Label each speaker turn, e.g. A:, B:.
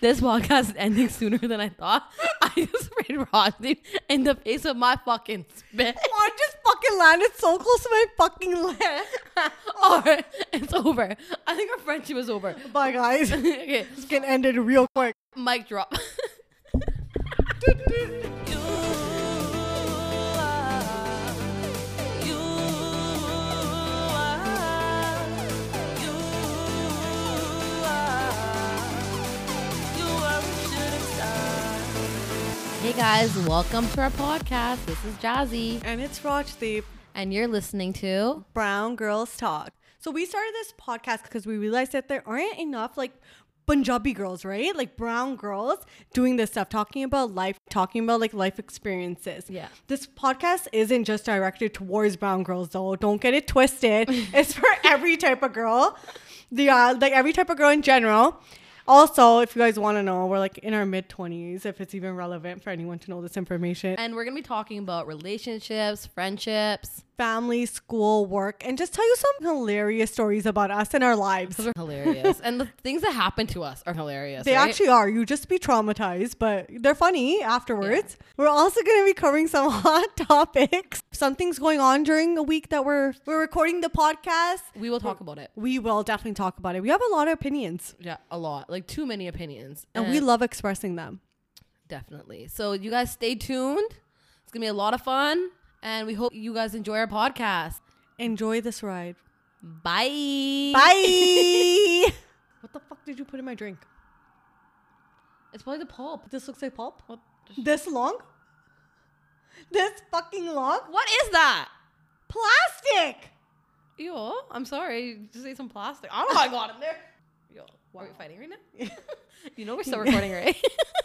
A: This podcast is ending sooner than I thought. I just sprayed Rodney in the face of my fucking spit.
B: What just fucking landed so close to my fucking lip?
A: All right, it's over. I think our friendship is over.
B: Bye, guys. This
A: okay,
B: can end it real quick.
A: mic drop. Hey guys, welcome to our podcast. This is Jazzy,
B: And it's Rajdeep.
A: and you're listening to
B: Brown Girls Talk. So we started this podcast because we realized that there aren't enough like Punjabi girls, right? Like brown girls doing this stuff, talking about life, talking about like life experiences.
A: Yeah.
B: This podcast isn't just directed towards brown girls though. Don't get it twisted. it's for every type of girl. The uh, like every type of girl in general. Also, if you guys want to know, we're like in our mid 20s if it's even relevant for anyone to know this information.
A: and we're gonna be talking about relationships, friendships.
B: Family, school, work, and just tell you some hilarious stories about us and our lives.
A: Those are hilarious, and the things that happen to us are hilarious.
B: They
A: right?
B: actually are. You just be traumatized, but they're funny afterwards. We're also going to be covering some hot topics. Something's going on during a week that we're we're recording the podcast.
A: we will talk about it.
B: We will definitely talk about it. We have a lot of opinions,
A: Yeah, a lot, like too many opinions,
B: and we love expressing them.
A: definitely. So you guys stay tuned. It's gonna be a lot of fun, and we hope you guys enjoy our podcast.
B: Enjoy this ride.
A: Bye.
B: Bye. what the fuck did you put in my drink?
A: It's probably the pulp.
B: This looks like pulp.
A: What,
B: This long? This fucking long?
A: what is that?
B: Plastic.
A: Yo, I'm sorry. You Just ate some plastic. I don't know how I got in there. Yo, why are we fighting right now? you know we're still recording, right?